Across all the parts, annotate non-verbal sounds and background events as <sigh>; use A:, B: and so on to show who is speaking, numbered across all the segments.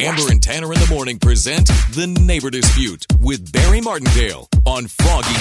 A: Amber and Tanner in the morning present The Neighbor Dispute with Barry Martindale on Froggy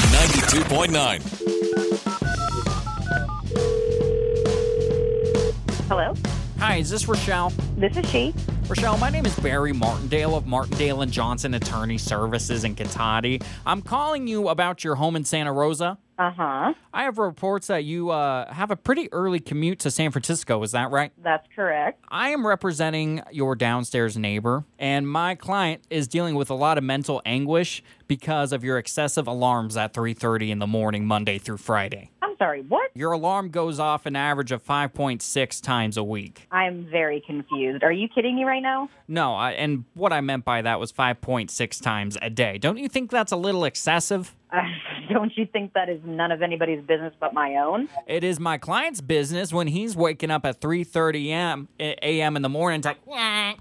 A: 92.9.
B: Hello,
C: Hi, is this Rochelle?
B: this is she.
C: Rochelle, my name is Barry Martindale of Martindale and Johnson Attorney Services in Katati. I'm calling you about your home in Santa Rosa.
B: Uh huh.
C: I have reports that you uh, have a pretty early commute to San Francisco. Is that right?
B: That's correct.
C: I am representing your downstairs neighbor, and my client is dealing with a lot of mental anguish because of your excessive alarms at 3:30 in the morning, Monday through Friday.
B: I'm sorry, what?
C: Your alarm goes off an average of 5.6 times a week.
B: I'm very confused. Are you kidding me right now?
C: No, I, and what I meant by that was 5.6 times a day. Don't you think that's a little excessive?
B: Uh, <laughs> don't you think that is none of anybody's business but my own?
C: It is my client's business when he's waking up at 3:30 a.m. a.m. in the morning. It's like,
B: I,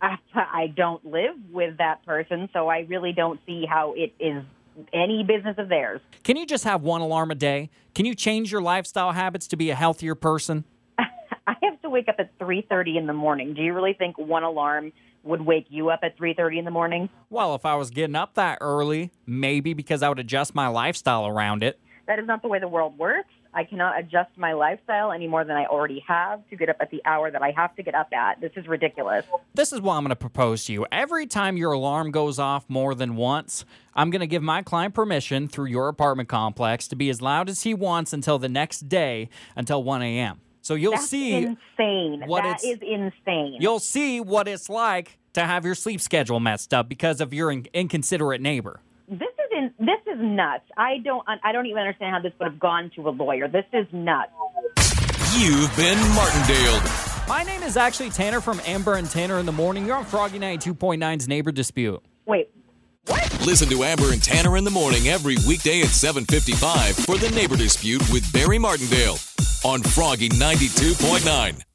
B: Uh, I don't live with that person, so I really don't see how it is any business of theirs.
C: can you just have one alarm a day? Can you change your lifestyle habits to be a healthier person?
B: I have to wake up at 3:30 in the morning. Do you really think one alarm would wake you up at 3:30 in the morning?
C: Well, if I was getting up that early, maybe because I would adjust my lifestyle around it.
B: That is not the way the world works. I cannot adjust my lifestyle any more than I already have to get up at the hour that I have to get up at. This is ridiculous.
C: This is what I'm going to propose to you. Every time your alarm goes off more than once, I'm going to give my client permission through your apartment complex to be as loud as he wants until the next day, until 1 a.m. So you'll
B: That's
C: see
B: insane.
C: what
B: That is
C: it's-
B: insane.
C: you'll see what it's like to have your sleep schedule messed up because of your in- inconsiderate neighbor.
B: This is in, this is nuts. I don't I don't even understand how this would have gone to a lawyer. This is nuts.
A: You've been Martindale.
C: My name is actually Tanner from Amber and Tanner in the Morning. You're on Froggy 92.9's Neighbor Dispute.
B: Wait,
A: Listen to Amber and Tanner in the morning every weekday at 7:55 for The Neighbor Dispute with Barry Martindale on Froggy 92.9.